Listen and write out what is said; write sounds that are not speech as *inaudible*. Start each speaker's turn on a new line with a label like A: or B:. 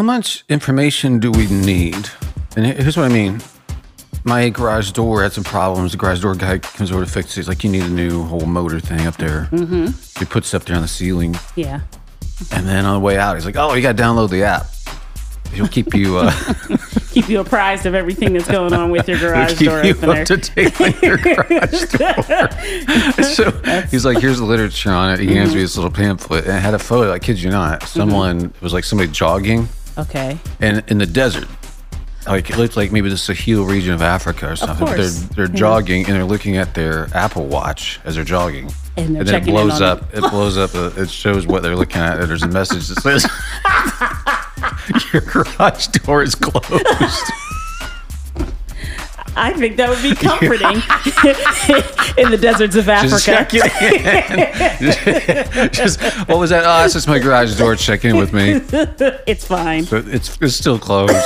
A: much information do we need? And he- here's what I mean. My garage door had some problems. The garage door guy comes over to fix it. He's like, "You need a new whole motor thing up there." Mm-hmm. He puts it up there on the ceiling,
B: Yeah.
A: and then on the way out, he's like, "Oh, you got to download the app. It'll keep you,
B: *laughs*
A: uh, *laughs*
B: Keep you apprised of everything that's going on with your
A: it'll
B: garage
A: keep
B: door
A: you
B: opener.
A: up to date with
B: *laughs*
A: your garage door." *laughs* so he's like, "Here's the literature on it." He hands
B: Mm-hmm.
A: me this little pamphlet, and it had a photo. I kid you not, someone it was like somebody jogging.
B: okay.
A: and in the desert. Like it looked like maybe the Sahel region of Africa or something. But
B: course.
A: they're they're jogging and they're looking at their Apple Watch as they're jogging.
B: And they're
A: then it
B: checking in
A: blows
B: on
A: up. It blows up. uh, It shows what they're looking at. And there's a message that says, *laughs* "Your garage door is closed."
B: *laughs* I think that would
A: *laughs*
B: be comforting *laughs* in the deserts of Africa.
A: Just check it in. *laughs* Just, what
B: *laughs*
A: was that? Oh, it's just my garage door checking in with me.
B: it's fine.
A: But it's it's still closed.